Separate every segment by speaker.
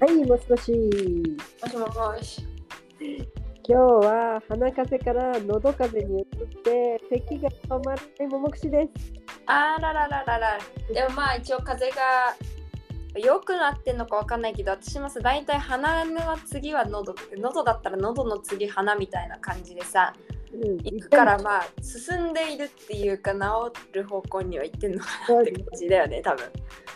Speaker 1: はい、もしもし。
Speaker 2: もしもし。
Speaker 1: 今日は鼻風邪から喉風邪に移って、咳が止まらないももくしです。
Speaker 2: あららららら。でもまあ一応風が良くなってんのかわかんないけど、私もさ、大体鼻の次は喉、喉だったら喉の次鼻みたいな感じでさ、
Speaker 1: うん、
Speaker 2: 行くから
Speaker 1: 一
Speaker 2: まあ進んでいるっていうか治る方向には行ってんのか
Speaker 1: 回も
Speaker 2: なって感じだよね、多分。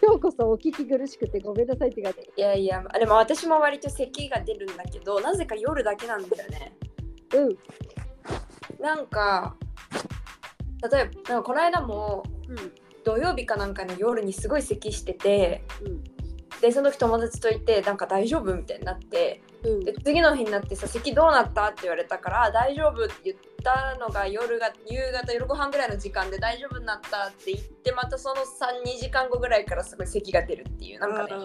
Speaker 1: 今日こそお聞き苦しくてごめんなさいって感じ。
Speaker 2: いやいや、でも私も割と咳が出るんだけど、なぜか夜だけなんだよね。
Speaker 1: うん、
Speaker 2: なんか、例えば、なんかこの間も土曜日かなんかの夜にすごい咳してて、でその時友達といてなんか大丈夫みたいになって
Speaker 1: うん、うん、
Speaker 2: で次の日になってさ咳どうなったって言われたからあ大丈夫って言ったのが夜が夕方夜ご飯ぐらいの時間で大丈夫になったって言ってまたその32時間後ぐらいからすごい咳が出るっていうなんかね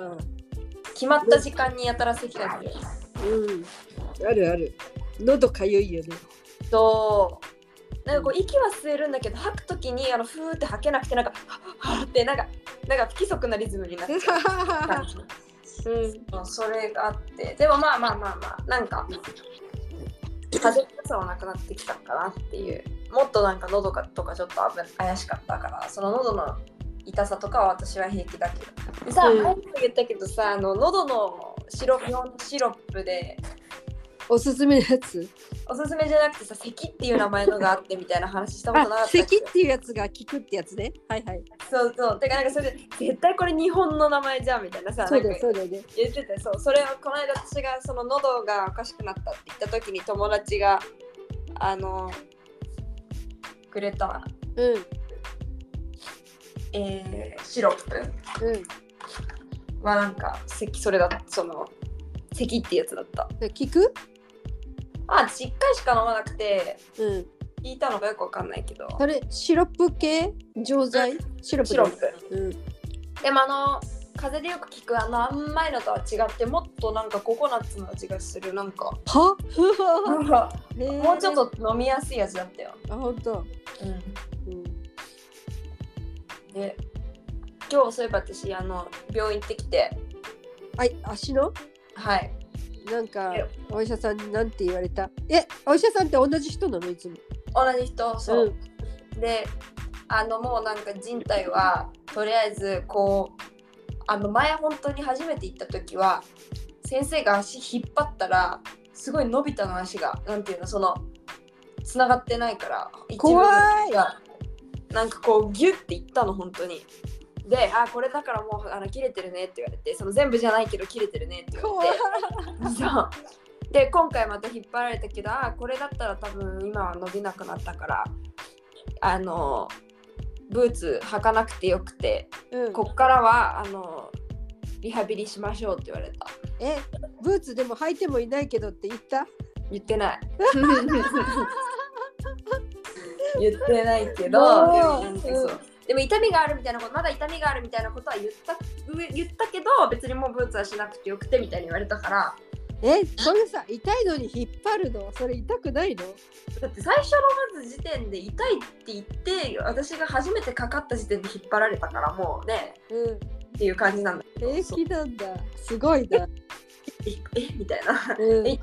Speaker 2: 決まった時間にやたら咳が出る
Speaker 1: うん、あるある。喉かゆいよ ね。
Speaker 2: そうなんかこう息は吸えるんだけど吐く時にあのふーって吐けなくてなんかはっはっってなんかなんか不規則なリズムになっちゃ う 感じ
Speaker 1: うん、
Speaker 2: そうそれがあってでもまあまあまあまあなんか風邪っぽさはなくなってきたかなっていうもっとなんか喉かとかちょっと危怪しかったからその喉の痛さとかは私は平気だけどでさ、
Speaker 1: うん
Speaker 2: 前にも言ったけどさあの喉のシロ用のシロップで
Speaker 1: おすすめのやつ。
Speaker 2: おすすめじゃなくてさ咳っていう名前のがあってみたいな話したことなか
Speaker 1: あ、
Speaker 2: ったっけ
Speaker 1: 咳っていうやつが効くってやつね。はいはい。
Speaker 2: そうそうてかなんかそれで絶対これ日本の名前じゃんみたいなさ
Speaker 1: そうだ
Speaker 2: なん
Speaker 1: よ
Speaker 2: か
Speaker 1: そうだよね。
Speaker 2: 言っててそうそれをこの間私がその喉がおかしくなったって言った時に友達があのくれた、
Speaker 1: うん、
Speaker 2: えーシロップ
Speaker 1: うん。
Speaker 2: はなんか咳それだその咳ってやつだった
Speaker 1: 効く？
Speaker 2: あ私1回しか飲まなくて
Speaker 1: うん。
Speaker 2: 聞いたのがよくわかんないけど
Speaker 1: それシロップ系？錠剤？シロップ
Speaker 2: シ
Speaker 1: だ
Speaker 2: ロ
Speaker 1: よ
Speaker 2: ッ
Speaker 1: ね。
Speaker 2: プ
Speaker 1: うん。
Speaker 2: でもあの風邪でよく聞くあの甘いのとは違ってもっとなんかココナッツの味がするなんか
Speaker 1: は？
Speaker 2: なんか
Speaker 1: へー
Speaker 2: もうちょっと飲みやすい味だったよ、
Speaker 1: あ本当。
Speaker 2: うん
Speaker 1: うん。
Speaker 2: で今日そういえば私あの病院行ってきて
Speaker 1: はい足の
Speaker 2: はい
Speaker 1: なんか
Speaker 2: え
Speaker 1: お医者さんになんて言われた。えお医者さんって同じ人なのいつも。
Speaker 2: 同じ人そう、であのもうなんか人体はとりあえずこうあの前本当に初めて行った時は先生が足引っ張ったらすごい伸びたの足がなんていうのそのつながってないから一部
Speaker 1: 怖い
Speaker 2: がなんかこうギュッていったの本当にで「あこれだからもうあの切れてるね」って言われてその全部じゃないけど切れてるねって言わ
Speaker 1: 怖
Speaker 2: れ
Speaker 1: い
Speaker 2: て。そうで今回また引っ張られたけどあーこれだったら多分今は伸びなくなったからあのブーツ履かなくてよくて
Speaker 1: うん。
Speaker 2: こっからはあのリハビリしましょうって言われた
Speaker 1: えブーツでも履いてもいないけどって言 った。
Speaker 2: 言ってない言ってないけど
Speaker 1: もう
Speaker 2: でもなんかそう
Speaker 1: うん
Speaker 2: でも痛みがあるみたいなことまだ痛みがあるみたいなことは言った言ったけど別にもうブーツはしなくてよくてみたいに言われたから
Speaker 1: えそれさ痛いのに引っ張るのそれ痛くないの？
Speaker 2: だって最初のまず時点で痛いって言って私が初めてかかった時点で引っ張られたからもうね
Speaker 1: うん。
Speaker 2: っていう感じなんだけど
Speaker 1: 平
Speaker 2: そう
Speaker 1: 気なんだ。すごいな。
Speaker 2: ええ みたいな
Speaker 1: うん。
Speaker 2: え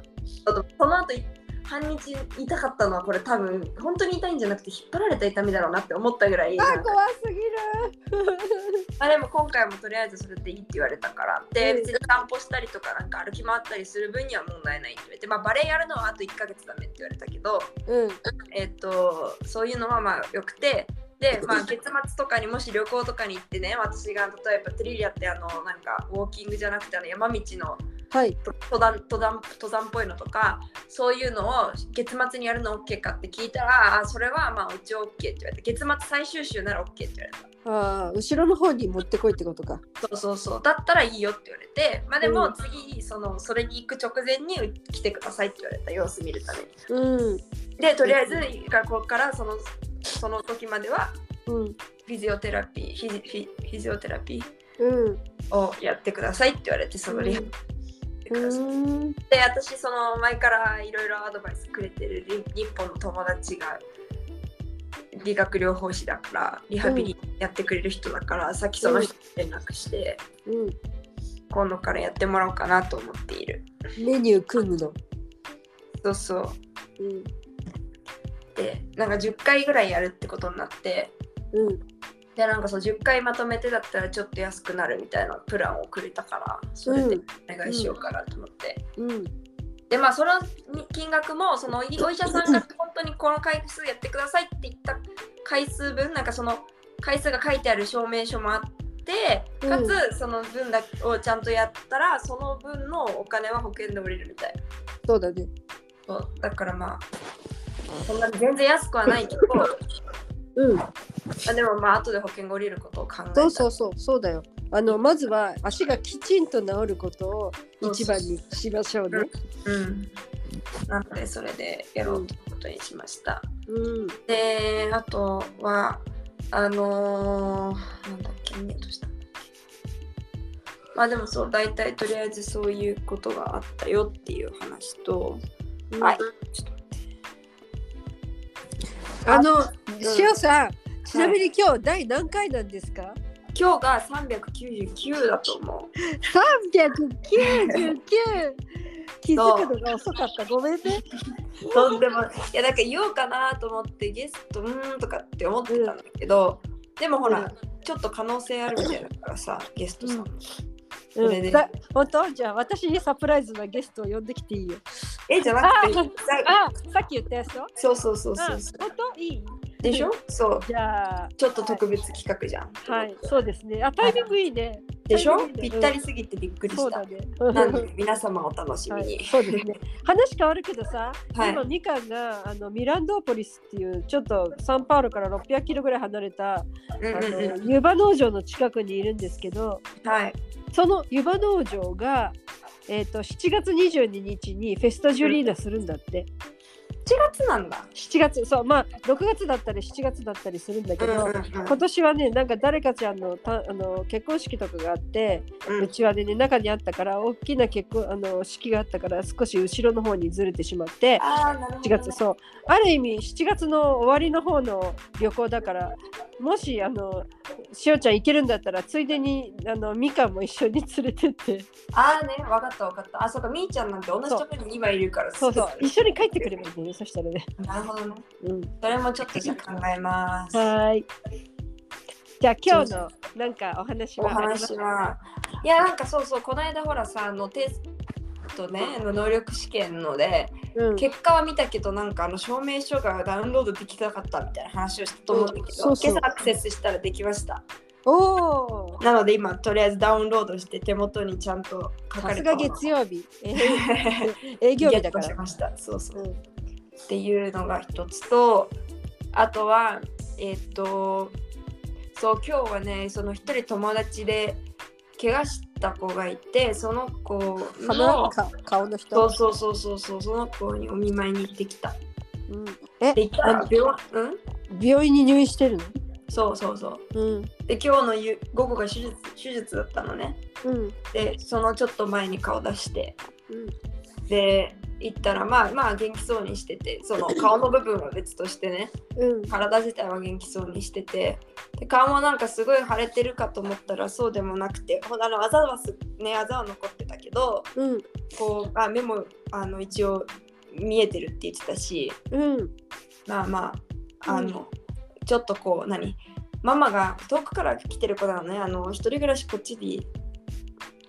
Speaker 2: あとその後い半日痛かったのはこれ多分本当に痛いんじゃなくて引っ張られた痛みだろうなって思ったぐらい
Speaker 1: あ
Speaker 2: なんか
Speaker 1: 怖すぎる。
Speaker 2: まあでも今回もとりあえずそれでいいって言われたからで
Speaker 1: うん
Speaker 2: 別に散歩したりとかなんか歩き回ったりする分には問題ないって言われて、まあ、バレエやるのはあと1ヶ月だねって言われたけど
Speaker 1: うん。
Speaker 2: えっとそういうのはまあよくてで、 まあ、月末とかにもし旅行とかに行ってね私が例えばトゥリリアってあのなんかウォーキングじゃなくてあの山道の
Speaker 1: はい。
Speaker 2: と登山登山登山っぽいのとかそういうのを月末にやるの OK かって聞いたらあそれはまあうち OK って言われて月末最終週なら OK って言われた。
Speaker 1: ああ後ろの方に持ってこいってことか。
Speaker 2: そうそうそうだったらいいよって言われてまあで
Speaker 1: う
Speaker 2: も
Speaker 1: ん
Speaker 2: 次そのそれに行く直前に来てくださいって言われた様子見るために
Speaker 1: うん。
Speaker 2: でとりあえず学校からそのその時までは
Speaker 1: うん。
Speaker 2: フィジオテラピーフィジフィフィジオテラピ
Speaker 1: うん。
Speaker 2: ーをやってくださいって言われてそのリハビリしてください、
Speaker 1: うん。
Speaker 2: で私その前からいろいろアドバイスくれてるり日本の友達が理学療法士だからリハビリやってくれる人だから、さっきその人に連絡して、
Speaker 1: うん。
Speaker 2: 今度からやってもらおうかなと思っている
Speaker 1: メニュー組むの。
Speaker 2: そうそう
Speaker 1: うん。
Speaker 2: でなんか10回ぐらいやるってことになって
Speaker 1: うん。
Speaker 2: でなんかそう10回まとめてだったらちょっと安くなるみたいなプランをくれたからそれでお願いしようかなと思って、
Speaker 1: うん。
Speaker 2: でまあその金額もそのお医者さんが本当にこの回数やってくださいって言った回数分なんかその回数が書いてある証明書もあってかつその分だをちゃんとやったらその分のお金は保険で降りるみたいな
Speaker 1: そうだね。
Speaker 2: そうだからまあそんなに全然安くはない けど
Speaker 1: うん。
Speaker 2: あでもまあ後で保険が降りることを考えた
Speaker 1: そうそうそう、そうだよ。あの、まずは足がきちんと治ることを一番にしましょうね。
Speaker 2: うんなのでそれでやろうということにしました
Speaker 1: うん。
Speaker 2: であとはあのーなんだっけミュートしたんだっけまあでもそう大体とりあえずそういうことがあったよっていう話と
Speaker 1: うん
Speaker 2: はい
Speaker 1: あの、
Speaker 2: ん
Speaker 1: しおさん、ちなみに今日第何回なんですか、
Speaker 2: 今日が399だと思
Speaker 1: ?399! 気づくのが遅かった。ごめんね。
Speaker 2: うとんでもいやなんか言おうかなと思ってゲストうーんとかって思ってたんだけど、でもほら、
Speaker 1: うん
Speaker 2: ちょっと可能性あるみたいだからさゲストさんも、それ
Speaker 1: う
Speaker 2: で
Speaker 1: ん、だ本当じゃあ私にサプライズなゲストを呼んできていいよ。
Speaker 2: えじゃなくて
Speaker 1: あ
Speaker 2: さ
Speaker 1: あさっき言ったやつよ。
Speaker 2: そうそうそう
Speaker 1: あ
Speaker 2: そう
Speaker 1: 本
Speaker 2: そ
Speaker 1: 当いいう
Speaker 2: でしょそう
Speaker 1: じゃあ、
Speaker 2: ちょっと特別企画じゃん、
Speaker 1: はい、そうですね。あ、タイミングいいね。
Speaker 2: でしょ
Speaker 1: タイミングい
Speaker 2: ぴ
Speaker 1: いね
Speaker 2: ったりすぎてびっくり
Speaker 1: そう
Speaker 2: した
Speaker 1: だ。ね。
Speaker 2: なので皆様お楽しみ
Speaker 1: はい
Speaker 2: に。
Speaker 1: そうですね。話変わるけどさ、
Speaker 2: はい
Speaker 1: 今みかんがあのミランドーポリスっていうちょっとサンパウロから600キロぐらい離れたあ
Speaker 2: うんうん
Speaker 1: の
Speaker 2: う
Speaker 1: 湯葉農場の近くにいるんですけど、
Speaker 2: んはい。
Speaker 1: その湯葉農場がえっ、と7月22日にフェスタジュリーナするんだって。
Speaker 2: 7月なんだ。
Speaker 1: 7月そうまあ6月だったり7月だったりするんだけ
Speaker 2: うん
Speaker 1: ど、
Speaker 2: うんうん
Speaker 1: 今年はねなんか誰かちゃんのたあの結婚式とかがあって
Speaker 2: うん
Speaker 1: うちわでね中にあったから大きな結婚あの式があったから少し後ろの方にずれてしまって
Speaker 2: ああ、なる
Speaker 1: 7
Speaker 2: ほどね。
Speaker 1: 月そうある意味7月の終わりの方の旅行だからもしあのしおちゃん行けるんだったらついでにあのみかんも一緒に連れてって
Speaker 2: ああね、わかったわかった。あ、そうか、みーちゃんなんて同じとこに今いるから。
Speaker 1: そうそう
Speaker 2: す
Speaker 1: 一緒に帰ってくればいいんだよねそしたらね。
Speaker 2: ぐなるほどね。
Speaker 1: うん
Speaker 2: それもちょっとじゃあ考えます。
Speaker 1: はーい。じゃあ今日のなんかお話
Speaker 2: お
Speaker 1: はあります
Speaker 2: 話は。いや、なんかそうそう、この間ほらさ、あのテストね、あの能力試験ので、
Speaker 1: うん
Speaker 2: 結果は見たけどなんかあの証明書がダウンロードできなかったみたいな話をしたと思うんだけど、
Speaker 1: うんそうそう
Speaker 2: 今朝アクセスしたらできました
Speaker 1: おお。
Speaker 2: なので今とりあえずダウンロードして手元にちゃんと書か
Speaker 1: さ
Speaker 2: れ
Speaker 1: す
Speaker 2: た
Speaker 1: が
Speaker 2: もの
Speaker 1: 月曜日。え
Speaker 2: 月
Speaker 1: 営業日だか
Speaker 2: し
Speaker 1: ら。
Speaker 2: ましたそうそう、
Speaker 1: うん
Speaker 2: っていうのが一つとあとはえっとそう今日はねその一人友達で怪我した子がいてその子
Speaker 1: 鼻
Speaker 2: の
Speaker 1: か顔の
Speaker 2: そ
Speaker 1: 人
Speaker 2: う。そうそうそうそうその子にお見舞いに行ってきたって
Speaker 1: うんえ
Speaker 2: 言った
Speaker 1: あ
Speaker 2: ら
Speaker 1: の
Speaker 2: 病うん
Speaker 1: 病院に入院してるの。
Speaker 2: そうそうそう
Speaker 1: うん
Speaker 2: で今日の夕午後が手術手術だったのね
Speaker 1: うん
Speaker 2: でそのちょっと前に顔出して
Speaker 1: うん
Speaker 2: で行ったらまあまあ元気そうにしててその顔の部分は別としてね
Speaker 1: うん
Speaker 2: 体自体は元気そうにしててで顔もなんかすごい腫れてるかと思ったらそうでもなくてほんあのあざはすねあざは残ってたけど
Speaker 1: うん
Speaker 2: こうあ目もあの一応見えてるって言ってたし
Speaker 1: うん
Speaker 2: まあまああの、ちょっとこう何ママが遠くから来てる子なのねあの一人暮らしこっちに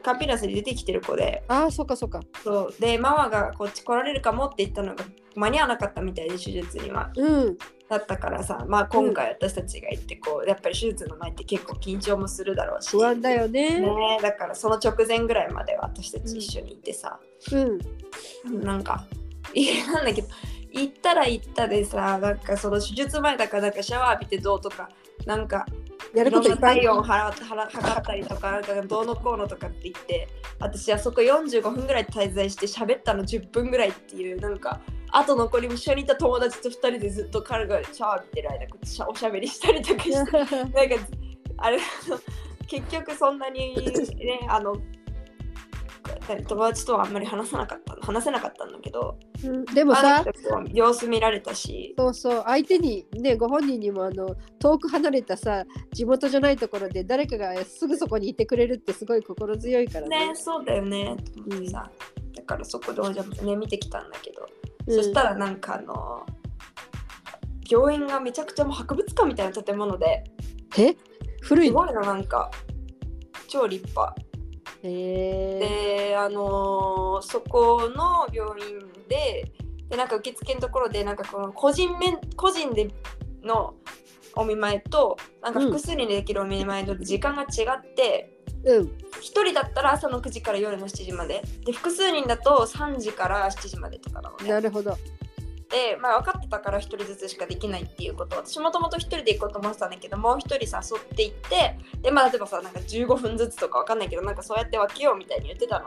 Speaker 2: カンピラスに出てきてる子で
Speaker 1: ああそうかそうか。
Speaker 2: そうでママがこっち来られるかもって言ったのが間に合わなかったみたいで手術には
Speaker 1: うん
Speaker 2: だったからさまあ今回私たちが行ってこうやっぱり手術の前って結構緊張もするだろうし
Speaker 1: 不安だよね。
Speaker 2: ねだからその直前ぐらいまでは私たち一緒にいてさ、
Speaker 1: うん
Speaker 2: なんかいやなんだけど行ったら行ったでさなんかその手術前だからなんかシャワー浴びてどうとかなんか
Speaker 1: やることいっぱい。
Speaker 2: ろんな体温払って測ったりとかなんかどうのこうのとかって言って私あそこ45分ぐらい滞在して喋ったの10分ぐらいっていうなんかあと残り一緒にいた友達と2人でずっと彼がシャワー浴びてる間こうしゃおしゃべりしたりとかしてなんか あれあの結局そんなにねあのったり友達とはあんまり話さなかった話せなかったんだけど
Speaker 1: うん でもさ
Speaker 2: あの人も様子見られたし
Speaker 1: そうそう相手にねご本人にもあの遠く離れたさ地元じゃないところで誰かがすぐそこにいてくれるってすごい心強いからね
Speaker 2: ね。そうだよねと思ってさ、だからそこでおじゃね見てきたんだけど、そした
Speaker 1: ら、
Speaker 2: らなんかあの病院がめちゃくちゃもう博物館みたいな建物で
Speaker 1: え古い
Speaker 2: す
Speaker 1: の
Speaker 2: ごいのなんか超立派
Speaker 1: え
Speaker 2: であのーそこの病院ででなんか受付のところでなんかこの個人面個人でのお見舞いとなんか
Speaker 1: うん
Speaker 2: 複数人でできるお見舞いと時間が違って、
Speaker 1: ー、うん
Speaker 2: 一1人だったら朝の9時から夜の7時までで複数人だと3時から7時までとかなのね
Speaker 1: なるほど。
Speaker 2: で、まあ、分かってたから1人ずつしかできないっていうこと私もともと1人で行こうと思ってたんだけどもう1人誘っていってで、まあ、例えばさなんか15分ずつとか分かんないけどなんかそうやって分けようみたいに言ってた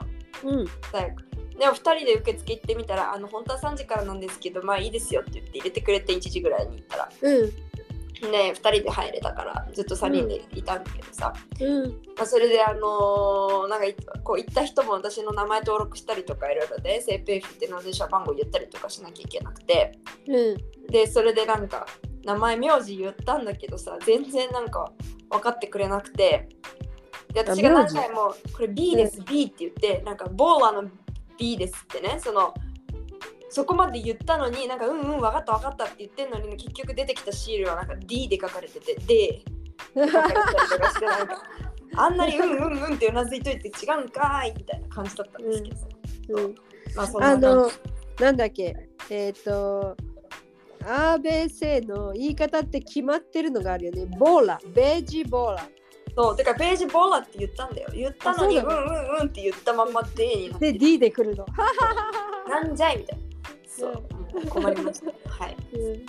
Speaker 2: の。
Speaker 1: うん
Speaker 2: 大学でも2人で受付行ってみたら「あの本当は3時からなんですけどまあいいですよ」って言って入れてくれて1時ぐらいに行ったら
Speaker 1: うん
Speaker 2: ね2人で入れたからずっと3人でいたんだけどさ、
Speaker 1: うん
Speaker 2: まあ、それであのーなんかいこう行った人も私の名前登録したりとかいろいろで SAPF っていうので社番号言ったりとかしなきゃいけなくて
Speaker 1: うん
Speaker 2: でそれでなんか名前名字言ったんだけどさ全然なんか分かってくれなくてで
Speaker 1: あ
Speaker 2: 私が何
Speaker 1: 名字
Speaker 2: 回も「これ B です、B」って言ってなんかボーラの B ですってねそのそこまで言ったのになんか「うんうん分かった分かった」って言ってんのに結局出てきたシールはなんか D で書かれてて「D」って書かれてたりとかしてなん かあんなに「うんうんうん」ってうなずいといて違うんかいみたいな感じだったんですけど、
Speaker 1: うん。
Speaker 2: まあそんな
Speaker 1: あ
Speaker 2: 感じ
Speaker 1: のなんだっけえっ、と。アーベーセーの言い方って決まってるのがあるよね。ボーラ、ベージボーラ。
Speaker 2: そう、てかページボーラって言ったんだよ。言ったのに、う
Speaker 1: あ
Speaker 2: ん
Speaker 1: そう
Speaker 2: う
Speaker 1: だ
Speaker 2: んうんって言ったまんま D になって、
Speaker 1: で、D で来るの。は
Speaker 2: なんじゃいみたいな。そう、困 りました。はい。
Speaker 1: うん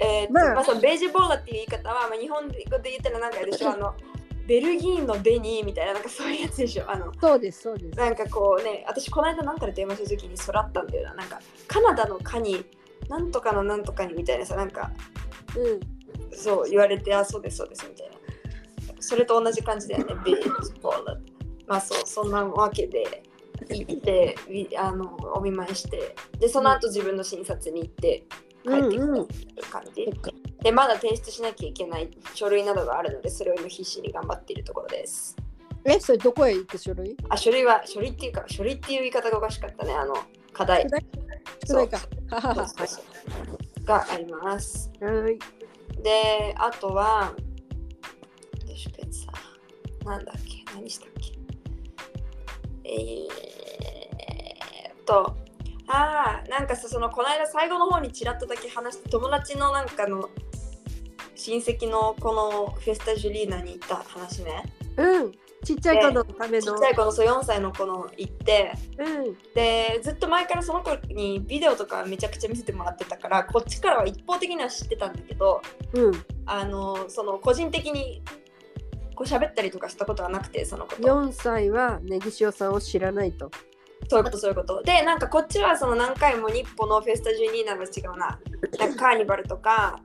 Speaker 2: えーっと、
Speaker 1: まあ
Speaker 2: まあ、そのベージボーラっていう言い方は、まあ、日本語で言ったらなんかあれ でしょ、あの、ベルギーのベニーみたいな、なんかそういうやつでしょ。あの、
Speaker 1: そうです、そうです。
Speaker 2: なんかこうね、私この間なんかで電話した時にそらったんだよな。なんか、カナダのカに、なんとかのなんとかにみたいなさ、なんか、
Speaker 1: うん。
Speaker 2: そう言われて、あ、そうです、そうです、みたいな。それと同じ感じだ よね、ビーチボール。まあそう、そんなわけで行って、みあのお見舞いして、で、その後自分の診察に行って、帰ってきたっていう感じ。
Speaker 1: そっか
Speaker 2: で、まだ提出しなきゃいけない書類などがあるので、それを今必死に頑張っているところです。
Speaker 1: え、それどこへ行く書類
Speaker 2: あ、書類は、書類っていうか、書類っていう言い方がおかしかったね、あの、課題
Speaker 1: 宿。題宿題か。はは
Speaker 2: そう
Speaker 1: は
Speaker 2: そうそうがあります。
Speaker 1: ははい。
Speaker 2: で、あとは、よしペンさん、なんだっけ、何したっけ。えーっと、ああ、なんかさ、その、この間最後の方にちらっとだけ話して、友達のなんかの、親戚のこのフェスタ・ジュリーナに行った話ね。
Speaker 1: うん。ちっちゃい子のため
Speaker 2: ち
Speaker 1: の。
Speaker 2: っちゃい子のそう4歳の子の行って、
Speaker 1: うん。
Speaker 2: でずっと前からその子にビデオとかめちゃくちゃ見せてもらってたからこっちからは一方的には知ってたんだけど、
Speaker 1: うん。
Speaker 2: あのその個人的にこう喋ったりとかしたことはなくてそのこと
Speaker 1: 4歳はネギ塩さんを知らないと。
Speaker 2: そういうことそういうことでなんかこっちはその何回も日本のフェスタジュニーナの違うななんかカーニバルとか、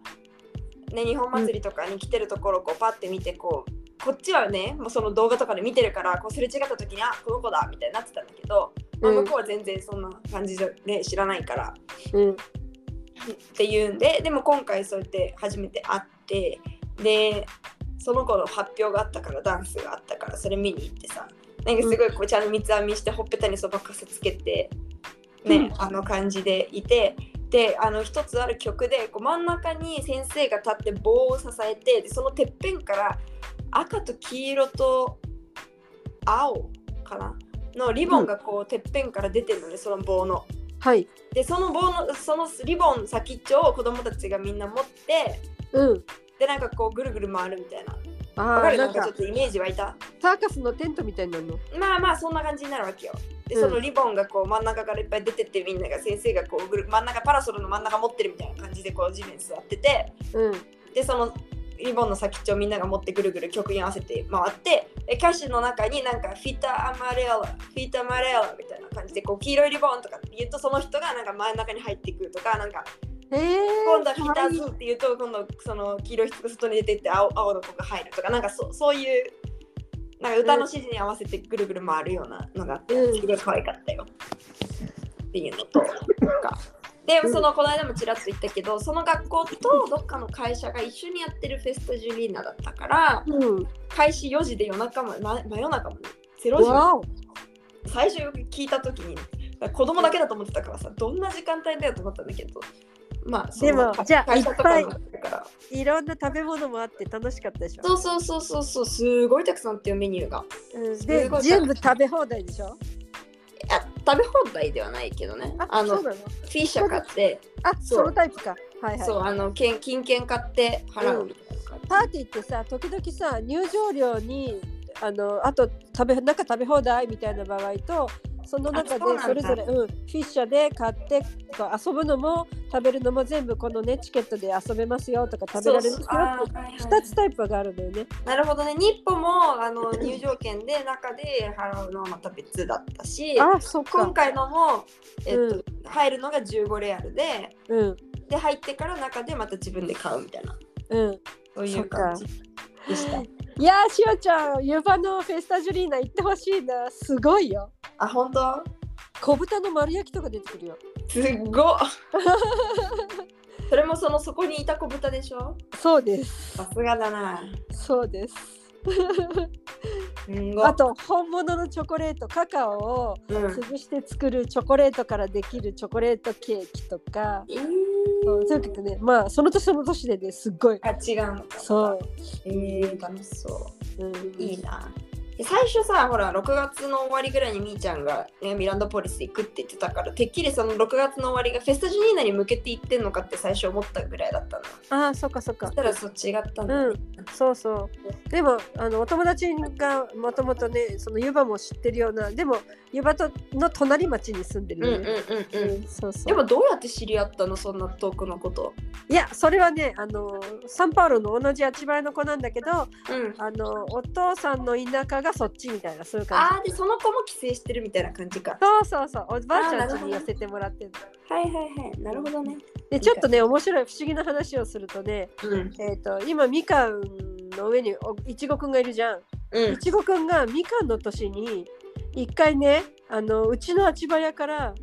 Speaker 2: ね、日本祭りとかに来てるところをこうパッて見てこうこっちはねもうその動画とかで見てるからこうすれ違った時にあこの子だみたいになってたんだけど、まあ
Speaker 1: うん
Speaker 2: 向こうは全然そんな感じで、ね、知らないから
Speaker 1: うん。
Speaker 2: っていうんででも今回そうやって初めて会ってでその子の発表があったからダンスがあったからそれ見に行ってさなんかすごいこうちゃんと三つ編みしてほっぺたにそばかせつけてね、あの感じでいてであの一つある曲でこう真ん中に先生が立って棒を支えてでそのてっぺんから赤と黄色と青かなのリボンがこうてっぺんから出てるのねその棒の。
Speaker 1: はい。
Speaker 2: でその棒のそのリボン先っちょを子供たちがみんな持って
Speaker 1: うん。
Speaker 2: でなんかこうぐるぐる回るみたいなわ
Speaker 1: あ
Speaker 2: か
Speaker 1: あ、
Speaker 2: る
Speaker 1: な
Speaker 2: なん
Speaker 1: ん
Speaker 2: かちょ
Speaker 1: か
Speaker 2: っとイメージ湧いた
Speaker 1: サーカスのテントみたいになるの。
Speaker 2: まあまあそんな感じになるわけよで
Speaker 1: うん
Speaker 2: そのリボンがこう真ん中からいっぱい出てってみんなが先生がこうぐる真ん中パラソルの真ん中持ってるみたいな感じでこう地面座ってて
Speaker 1: うん。
Speaker 2: でそのリボンの先っちょをみんなが持ってぐるぐる曲に合わせて回ってで歌詞の中になんかフィタ・アマレオラフィタ・マレオラみたいな感じでこう黄色いリボンとかって言うとその人がなんか真ん中に入ってくるとかなんか
Speaker 1: へえ。
Speaker 2: 今度はフィタ
Speaker 1: かわいい
Speaker 2: ーズっていうと今度その黄色い人が外に出てって青青の子が入るとかなんかそうそういうなんか歌の指示に合わせてぐるぐる回るようなのがあって、
Speaker 1: うん
Speaker 2: すごい可愛かったよ。っていうのと、なんかで、その、この間もちらっと言ったけど、その学校とどっかの会社が一緒にやってるフェストジュリーナだったから、
Speaker 1: うん。
Speaker 2: 開始4時で夜中まで、ま真夜中まで、0時まで
Speaker 1: わお。
Speaker 2: 最初聞いた時に子供だけだと思ってたからさどんな時間帯だよと思ったんだけどまあその
Speaker 1: でもじゃあ
Speaker 2: 会社とかもあったから
Speaker 1: いろんな食べ物もあって楽しかったでしょ。
Speaker 2: そうそうそうそうそうすごいたくさんっていうメニューが
Speaker 1: うん、
Speaker 2: す
Speaker 1: で
Speaker 2: ごい
Speaker 1: 全部食べ放題でしょ。
Speaker 2: いや食べ放題ではないけどねあの
Speaker 1: そう
Speaker 2: フ
Speaker 1: なの。
Speaker 2: ィッシャー買って
Speaker 1: あ
Speaker 2: そ
Speaker 1: そうのタイプか。はいはい
Speaker 2: そう。あのけん金券買って払うみたいな感じ
Speaker 1: パーティーってさ時々さ入場料にあのあと食べなんか食べ放題みたいな場合とその中
Speaker 2: あ
Speaker 1: で
Speaker 2: そうなんだ
Speaker 1: それぞれうん、フィッシャーで買ってこう遊ぶのも食べるのも全部このねチケットで遊べますよとか食べられる
Speaker 2: そ
Speaker 1: よっ
Speaker 2: うそう
Speaker 1: て
Speaker 2: あーはいは
Speaker 1: 2
Speaker 2: い
Speaker 1: つタイプがあるのよね。
Speaker 2: なるほどね日本も あの入場券で中で払うのはまた別だったし
Speaker 1: あそっ
Speaker 2: 今
Speaker 1: か。
Speaker 2: 回のも、えっと
Speaker 1: うん
Speaker 2: 入るのが15レアルで
Speaker 1: うん
Speaker 2: で入ってから中でまた自分で買うみたいな
Speaker 1: うん。
Speaker 2: そういう感じでした。
Speaker 1: いやーしおちゃん湯葉のフェスタジュリーナ行ってほしいなすごいよ。
Speaker 2: あ本当
Speaker 1: 小豚の丸焼きとか出てくるよ。
Speaker 2: すっ ごっそれもそのそこにいた子豚でしょ
Speaker 1: そうです。
Speaker 2: さすがだな。
Speaker 1: そうです。
Speaker 2: すんご
Speaker 1: あ
Speaker 2: っ
Speaker 1: と本物のチョコレートカカオを
Speaker 2: うん
Speaker 1: 潰して作るチョコレートからできるチョコレートケーキとか、
Speaker 2: えー
Speaker 1: そうとにかくねまあその年その年でねすっごい
Speaker 2: あ違うのか
Speaker 1: そう、
Speaker 2: えー、楽しそ
Speaker 1: うん、
Speaker 2: ういいなで最初さほら6月の終わりぐらいにみーちゃんが、ね、ミランダポリス行くって言ってたからてっきりその6月の終わりがフェスタジュニーナに向けて行ってんのかって最初思ったぐらいだったの
Speaker 1: ああそっかそっ
Speaker 2: そ
Speaker 1: か
Speaker 2: したらそう違ったんだ、
Speaker 1: うんそうそうでもあのお友達がもともとねその湯葉も知ってるようなでも湯葉との隣町に住んで
Speaker 2: うんうんうん
Speaker 1: るよね、
Speaker 2: うん
Speaker 1: そうそう
Speaker 2: でもどうやって知り合ったのそんな遠くのこと。
Speaker 1: いやそれはねあのサンパウロの同じあちばいの子なんだけど
Speaker 2: うん。
Speaker 1: あのお父さんの田舎がそっちみたいなそういう感じ
Speaker 2: ああでその子も帰省してるみたいな感じか。
Speaker 1: そうそうそうおばあちゃん
Speaker 2: あーなる
Speaker 1: 家
Speaker 2: ほど
Speaker 1: に寄せてもらってる
Speaker 2: はいはいはい。なるほどね。
Speaker 1: でちょっとね面白い不思議な話をするとね、
Speaker 2: うん
Speaker 1: えー、と今みかんの上においちごくんがいるじゃん。
Speaker 2: う
Speaker 1: い。ちごくんがみかんの年に一回ねあのうちのあちばやから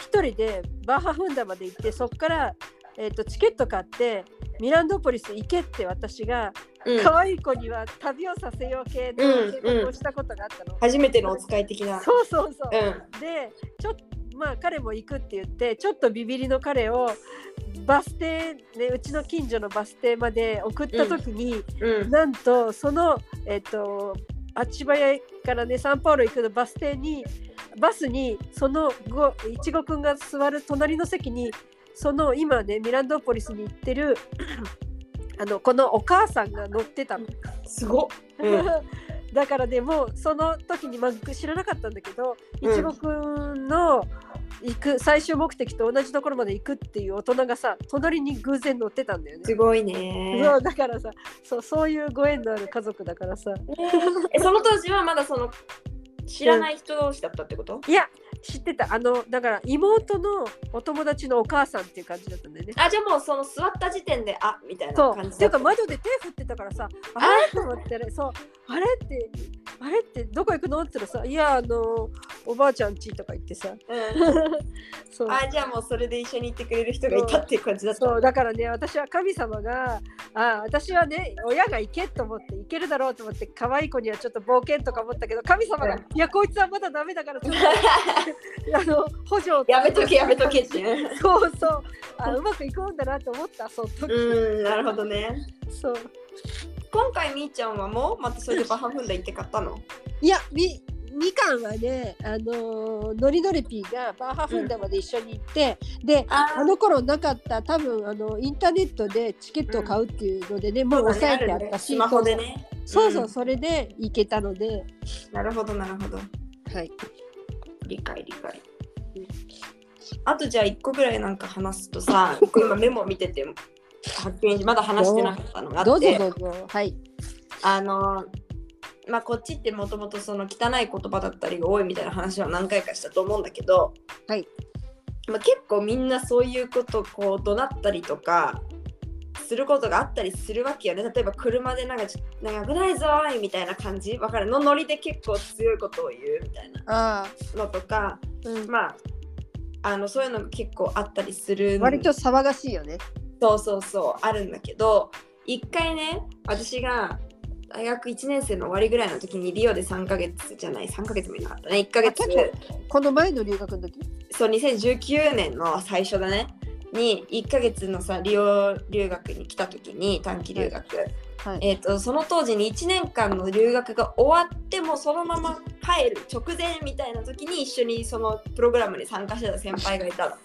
Speaker 1: 一人でバーハフンダまで行ってそっから、えー、とチケット買ってミランドポリス行けって私が
Speaker 2: うん
Speaker 1: 可愛い子には旅をさせよう系の計画をしたことがあったの。
Speaker 2: 初めてのお使い的な。
Speaker 1: そうそうそう。
Speaker 2: う
Speaker 1: でちょっまあ彼も行くって言ってちょっとビビりの彼をバス停、ね、うちの近所のバス停まで送った時に、
Speaker 2: んうん。
Speaker 1: なんとそのえっ、とあちばやからねサンパウロ行くのバス停にバスにそのごいちごくんが座る隣の席にその今ねミランドポリスに行ってる あのこのお母さんが乗ってたの。
Speaker 2: すごっ。うん。
Speaker 1: だからでもうその時に、まあ、知らなかったんだけど、
Speaker 2: うん
Speaker 1: いちごくんの行く最終目的と同じところまで行くっていう大人がさ隣に偶然乗ってたんだよね。
Speaker 2: すごいね。
Speaker 1: そうだからさそうそういうご縁のある家族だからさ
Speaker 2: えその当時はまだその知らない人同士だったってこと？
Speaker 1: いや知ってたあのだから妹のお友達のお母さんっていう感じだったんだよね。
Speaker 2: あじゃあもうその座った時点であみたいな
Speaker 1: そう
Speaker 2: 感
Speaker 1: て
Speaker 2: じだ
Speaker 1: い
Speaker 2: っ
Speaker 1: う
Speaker 2: た
Speaker 1: か。窓で手振ってたからさあれと思ってねそうあれってあれってどこ行くのって言ったらさ「いやあのおばあちゃんち」とか言ってさ
Speaker 2: うん。
Speaker 1: そう
Speaker 2: あじゃあもうそれで一緒に行ってくれる人がいたっていう感じだった。
Speaker 1: そうだからね私は神様があ私はね親が行けと思って行けるだろうと思って可愛い子にはちょっと冒険とか思ったけど神様が
Speaker 2: うん
Speaker 1: いやこいつはまだダメだからちょっ とあの補助を
Speaker 2: やめとけやめとけって。
Speaker 1: そうそうあうまくいくもんだなと思ったその時、
Speaker 2: うん。なるほどね。
Speaker 1: そう
Speaker 2: 今回みーちゃんはもうまたそれでバハムンダ行って買ったの
Speaker 1: いやみみかんはねあのーノリノリピーがバーハフンダまで一緒に行って、であ
Speaker 2: あ
Speaker 1: の頃なかった多分あのインターネットでチケットを買うっていうのでね、もう押さえてあったし
Speaker 2: スマホでね
Speaker 1: そうそ
Speaker 2: うん
Speaker 1: う、それで行けたので、
Speaker 2: なるほどなるほど
Speaker 1: はい。
Speaker 2: 理解理解あとじゃあ1個ぐらいなんか話すと さ僕今メモ見てて発見しまだ話してなかったのがあって
Speaker 1: どうぞどうぞ。はい。
Speaker 2: あのまあこっちってもともとその汚い言葉だったりが多いみたいな話は何回かしたと思うんだけど、
Speaker 1: はい
Speaker 2: まあ、結構みんなそういうことをこう怒鳴ったりとかすることがあったりするわけよね例えば車でなんかちょっとなんか危ないぞーいみたいな感じわかるのノリで結構強いことを言うみたいな
Speaker 3: ああ、
Speaker 2: のとか
Speaker 3: うん、
Speaker 2: まああのそういうのが結構あったりする
Speaker 3: 割と騒がしいよね。
Speaker 2: そうそうそうあるんだけど一回ね私が大学1年生の終わりぐらいの時にリオで3ヶ月じゃない3ヶ月もいなかったね1ヶ月
Speaker 3: あ結この前の留学の時。
Speaker 2: そう2019年の最初だねに1ヶ月のさリオ留学に来た時に短期留学、
Speaker 3: はい
Speaker 2: えー、とその当時に1年間の留学が終わってもそのまま帰る直前みたいな時に一緒にそのプログラムに参加してた先輩がいたの。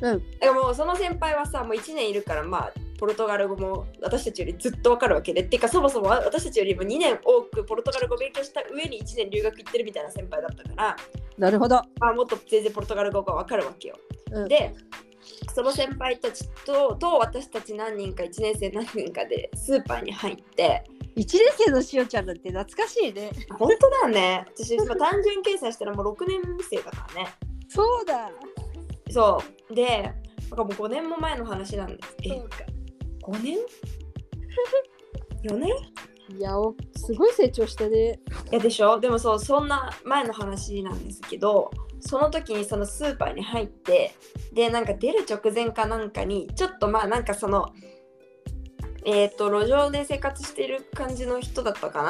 Speaker 3: うん
Speaker 2: だからもうその先輩はさもう1年いるからまあポルトガル語も私たちよりずっとわかるわけでっていうかそもそも私たちよりも2年多くポルトガル語を勉強した上に1年留学行ってるみたいな先輩だったから、
Speaker 3: なるほど。
Speaker 2: まあ、もっと全然ポルトガル語がわかるわけよ。
Speaker 3: うん、
Speaker 2: でその先輩たちとと私たち何人か1年生何人かでスーパーに入って
Speaker 3: 一年生のしおちゃんなんて懐かしいね。
Speaker 2: 本当だよね私今単純計算したらもう6年生だからね
Speaker 3: そうだ。
Speaker 2: そうでなんかもう5年も前の話なんですえ
Speaker 3: そう
Speaker 2: 5年 ?4 年
Speaker 3: いや、おすごい成長したね。
Speaker 2: いやでしょでもそうそんな前の話なんですけどその時にそのスーパーに入ってでなんか出る直前かなんかにちょっとまあなんかそのえっ、と路上で生活している感じの人だったか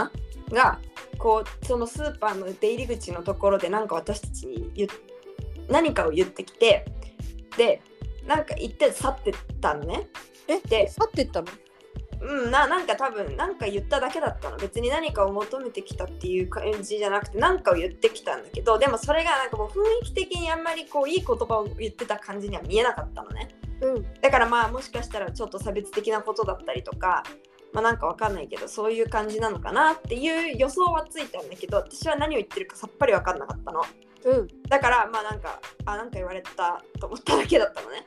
Speaker 2: ながこうそのスーパーの出入り口のところでなんか私たちに言っ何かを言ってきてでなんか言って去ってったのね。
Speaker 3: え
Speaker 2: で
Speaker 3: 去ってったの。
Speaker 2: うん、ななんか多分なんか言っただけだったの別に何かを求めてきたっていう感じじゃなくて何かを言ってきたんだけどでもそれがなんかもう雰囲気的にあんまりこういい言葉を言ってた感じには見えなかったのね
Speaker 3: うん。
Speaker 2: だからまあもしかしたらちょっと差別的なことだったりとかまあなんかわかんないけどそういう感じなのかなっていう予想はついたんだけど私は何を言ってるかさっぱりわかんなかったの
Speaker 3: うん。
Speaker 2: だからまあなんかあなんか言われたと思っただけだったのね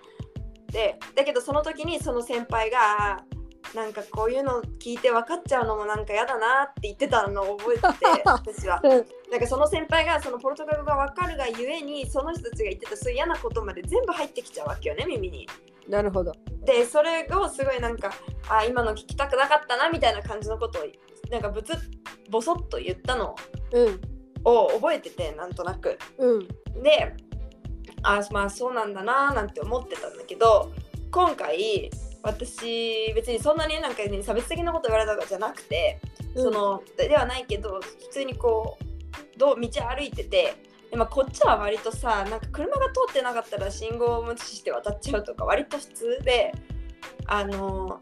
Speaker 2: でだけどその時にその先輩があーなんかこういうの聞いて分かっちゃうのもなんか嫌だなって言ってたのを覚えてて私は
Speaker 3: うん。
Speaker 2: なんかその先輩がそのポルトガル語が分かるがゆえにその人たちが言ってたそういう嫌なことまで全部入ってきちゃうわけよね耳に
Speaker 3: なるほど。
Speaker 2: でそれをすごいなんかあ今の聞きたくなかったなみたいな感じのことをなんかぶつボソッと言ったの
Speaker 3: うん。
Speaker 2: を覚えててなんとなく
Speaker 3: うん。
Speaker 2: であまあそうなんだなーなんて思ってたんだけど今回私別にそんなになんかね差別的なこと言われたとかじゃなくて、
Speaker 3: うん
Speaker 2: そのでではないけど普通にこうどう道歩いてて。でまあ、こっちは割とさなんか車が通ってなかったら信号を無視して渡っちゃうとか割と普通であの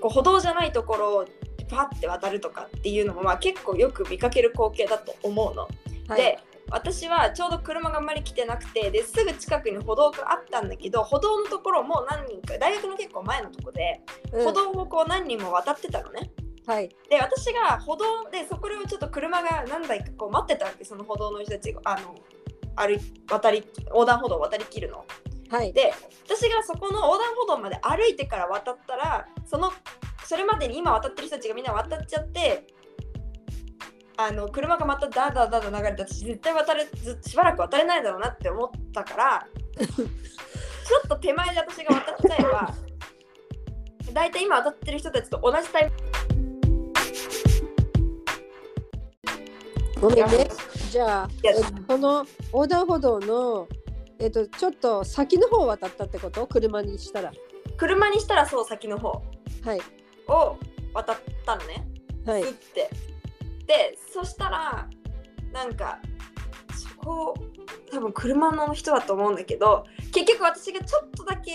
Speaker 2: こう歩道じゃないところをパッて渡るとかっていうのも、まあ、結構よく見かける光景だと思うの。
Speaker 3: はい
Speaker 2: で私はちょうど車があんまり来てなくてですぐ近くに歩道があったんだけど歩道のところも何人か大学の結構前のとこで
Speaker 3: うん
Speaker 2: 歩道をこう何人も渡ってたのね。
Speaker 3: はい。
Speaker 2: で私が歩道でそこをちょっと車が何台かこう待ってたわけその歩道の人たちがあの歩い渡り横断歩道を渡りきるの。
Speaker 3: はい。
Speaker 2: で私がそこの横断歩道まで歩いてから渡ったらそのそれまでに今渡ってる人たちがみんな渡っちゃってあの車がまたダーダーダーダー流れて私絶対渡れずしばらく渡れないだろうなって思ったからちょっと手前で私が渡っちゃえば大体今渡ってる人たちと同じタイミン
Speaker 3: ごめん
Speaker 2: グ
Speaker 3: ね。じゃあ、
Speaker 2: いや
Speaker 3: えこの横断歩道の、えっと、ちょっと先の方を渡ったってこと車にしたら。
Speaker 2: 車にしたらそう先の方
Speaker 3: はい。
Speaker 2: を渡ったのね。
Speaker 3: はい
Speaker 2: 打。ってでそしたらなんかそこ多分車の人だと思うんだけど結局私がちょっとだけ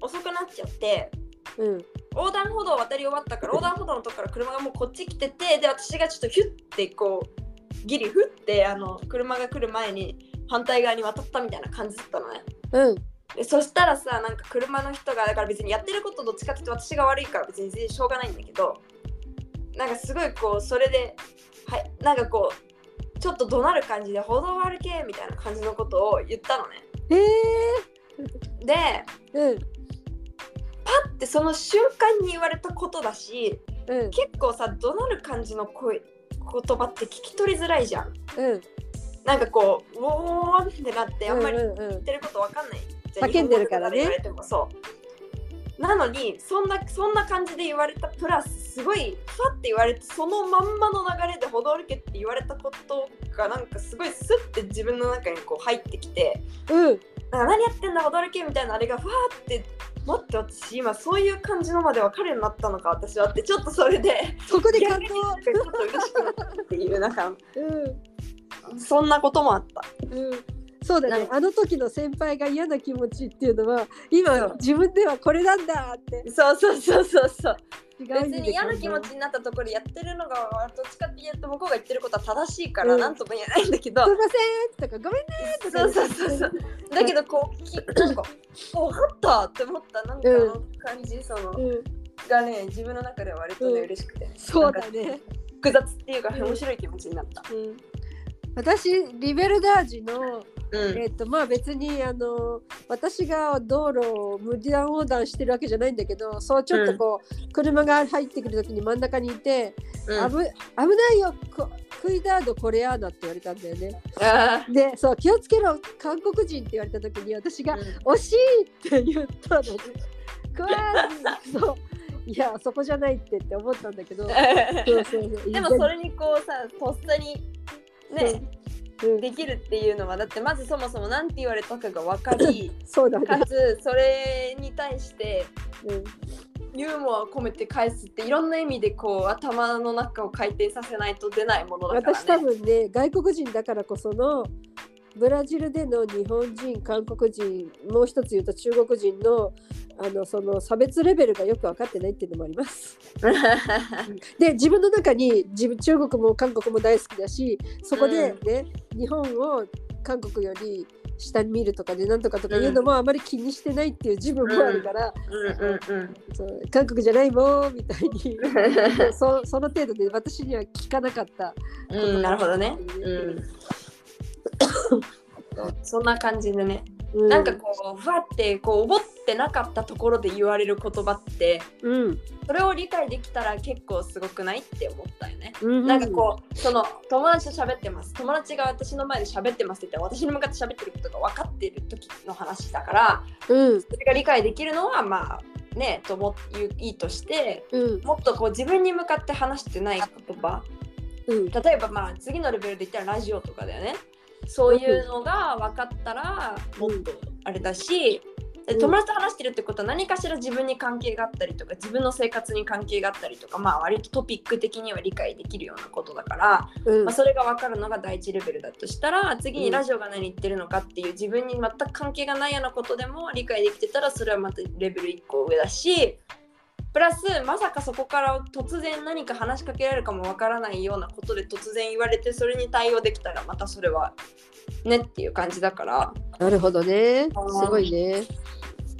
Speaker 2: 遅くなっちゃって
Speaker 3: うん。
Speaker 2: 横断歩道を渡り終わっ たから横断歩道のとこから車がもうこっち来ててで私がちょっとヒュッてこうギリフってあの車が来る前に反対側に渡ったみたいな感じだったのね。
Speaker 3: うん。
Speaker 2: でそしたらさなんか車の人がだから別にやってることどっちかって言うと私が悪いから別に全然しょうがないんだけどなんかすごいこうそれではいなんかこうちょっと怒鳴る感じで歩道を歩けみたいな感じのことを言ったのね
Speaker 3: へえ。
Speaker 2: で
Speaker 3: うん。
Speaker 2: でその瞬間に言われたことだし
Speaker 3: うん。
Speaker 2: 結構さ怒鳴る感じの声言葉って聞き取りづらいじゃん
Speaker 3: うん。
Speaker 2: なんかこうウォーンってなってあんまり
Speaker 3: うんうんう
Speaker 2: 言っ
Speaker 3: ん
Speaker 2: てることわかんない。
Speaker 3: 叫んでるからね
Speaker 2: 言われてもそなのにそんなそんな感じで言われたプラスすごいふわって言われてそのまんまの流れで歩道歩けって言われたことがなんかすごいスッて自分の中にこう入ってきて
Speaker 1: うん
Speaker 2: なんか何やってんだ歩道歩けみたいなあれがふわって待って私今そういう感じのまで分かるようになったのか私はってちょっとそれで
Speaker 1: ここで
Speaker 2: 逆
Speaker 1: 感
Speaker 2: に
Speaker 1: 動
Speaker 2: なんかちょっと嬉しくなったっていうなんか
Speaker 1: う
Speaker 2: そんなこともあった。
Speaker 1: んうんそうだ
Speaker 2: な
Speaker 1: ね
Speaker 2: ん
Speaker 1: あの時の先輩が嫌な気持ちっていうのは今
Speaker 2: そう
Speaker 1: 自分ではこれなんだって
Speaker 2: そうそうそうそうそう。
Speaker 1: 違う意味
Speaker 2: 別
Speaker 1: で
Speaker 2: に嫌な気持ちになったところでやってるのがどっちかって言うと向こうが言ってることは正しいから
Speaker 1: うん
Speaker 2: なんとも言えないんだけど、
Speaker 1: すいませんとかごめんねとか
Speaker 2: そうそうそうそう だけどこうきなんか分かったって思ったなんかあの感じその、
Speaker 1: うん
Speaker 2: がね自分の中では割とね、
Speaker 1: うん
Speaker 2: 嬉しくて
Speaker 1: そうだね
Speaker 2: 複雑っていうか
Speaker 1: うん
Speaker 2: 面白い気持ちになった。
Speaker 1: うん私リベルダージの
Speaker 2: うん
Speaker 1: えっとまあ別にあの私が道路を無断横断してるわけじゃないんだけどそうちょっとこう、車が入ってくる時に真ん中にいて「
Speaker 2: うん
Speaker 1: 危危ないよこクイダードこれやーな」って言われたんだよね。
Speaker 2: あ
Speaker 1: でそう気をつけろ韓国人って言われた時に私
Speaker 2: ー
Speaker 1: が
Speaker 2: うん
Speaker 1: 「惜しい!」って言ったのね。クワーズそういやそこじゃないってって思ったんだけど。そうそうそう
Speaker 2: でもそれにこうさとっさにね、
Speaker 1: うん
Speaker 2: できるっていうのはだってまずそもそも何て言われたかが分か り
Speaker 1: そうだね。
Speaker 2: かつそれに対して
Speaker 1: うん
Speaker 2: ユーモアを込めて返すっていろんな意味でこう頭の中を回転させないと出ないものだから、ね、
Speaker 1: 私多分ね外国人だからこそのブラジルでの日本人韓国人もう一つ言うと中国人のあのその差別レベルがよく分かってないっていうのもあります。で自分の中に自分中国も韓国も大好きだしそこでね、日本を韓国より下に見るとかでなんとかとかいうのもあまり気にしてないっていう自分もあるから、
Speaker 2: うんうんうん
Speaker 1: そう韓国じゃないもんみたいに そうその程度で私には聞かなかった。
Speaker 2: うんなるほどね、うん、そんな感じでね、
Speaker 1: う
Speaker 2: なんかこうふわってこう思ってなかったところで言われる言葉って
Speaker 1: うん、
Speaker 2: それを理解できたら結構すごくないって思ったよね
Speaker 1: な
Speaker 2: なんかこうその友達と喋ってます友達が私の前で喋ってますって言って私に向かって喋ってることが分かってる時の話だから
Speaker 1: うん
Speaker 2: それが理解できるのはまあねともいういいとして
Speaker 1: うん
Speaker 2: もっとこう自分に向かって話してない言葉
Speaker 1: うん
Speaker 2: 例えばまあ次のレベルで言ったらラジオとかだよねそういうのが分かったらもっとあれだし、
Speaker 1: う
Speaker 2: で
Speaker 1: ん
Speaker 2: 友達と話してるってことは何かしら自分に関係があったりとか自分の生活に関係があったりとかまあ割とトピック的には理解できるようなことだから
Speaker 1: うん
Speaker 2: まあ、それが分かるのが第一レベルだとしたら次にラジオが何言ってるのかっていう自分に全く関係がないようなことでも理解できてたらそれはまたレベル1個上だしプラスまさかそこから突然何か話しかけられるかも分からないようなことで突然言われてそれに対応できたらまたそれはねっていう感じだから
Speaker 1: なるほどねす
Speaker 2: あー
Speaker 1: ごいね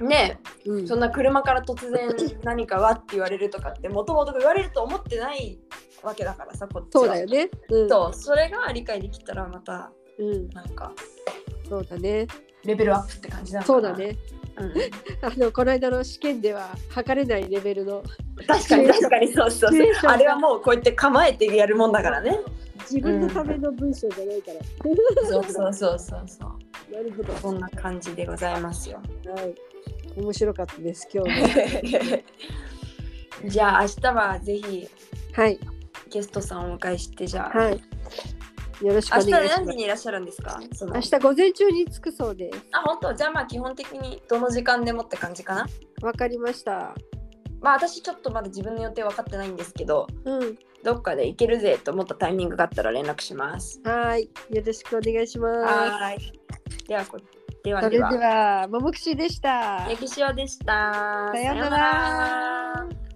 Speaker 2: ね
Speaker 1: うん
Speaker 2: そんな車から突然何かわって言われるとかってもともと言われると思ってないわけだからさこっちは
Speaker 1: そうだよねうん
Speaker 2: そうそれが理解できたらまた
Speaker 1: うん
Speaker 2: なんか
Speaker 1: そうだね
Speaker 2: レベルアップって感じなのか
Speaker 1: そ
Speaker 2: な
Speaker 1: うだ、ね
Speaker 2: うん
Speaker 1: あのこの間の試験では測れないレベルの
Speaker 2: 確かに確かにそうそうそう
Speaker 1: テンションが
Speaker 2: あれはもうこうやって構えてやるもんだからね
Speaker 1: 自分のための文章じゃないから
Speaker 2: そうそうそうそうそう
Speaker 1: なるほど
Speaker 2: そんな感じでございますよ
Speaker 1: はい面白かったです今日も
Speaker 2: じゃあ明日はぜひ
Speaker 1: はい
Speaker 2: ゲストさんをお迎えしてじゃあ、
Speaker 1: はいよろしくお
Speaker 2: 明日
Speaker 1: 願いしま
Speaker 2: 何時
Speaker 1: す
Speaker 2: にいらっしゃるんですかその
Speaker 1: 明日午前中に着くそうです
Speaker 2: あ本当じゃあまあ基本的にどの時間でもって感じかな
Speaker 1: わかりました
Speaker 2: まあ私ちょっとまだ自分の予定分かってないんですけど
Speaker 1: うん
Speaker 2: どっかで行けるぜと思ったタイミングがあったら連絡します
Speaker 1: はいよろしくお願いしま
Speaker 2: はーいではこでは
Speaker 1: すそれ
Speaker 2: で
Speaker 1: で
Speaker 2: は
Speaker 1: はももくしでした
Speaker 2: 歴史でした。
Speaker 1: さようなら
Speaker 2: さようなら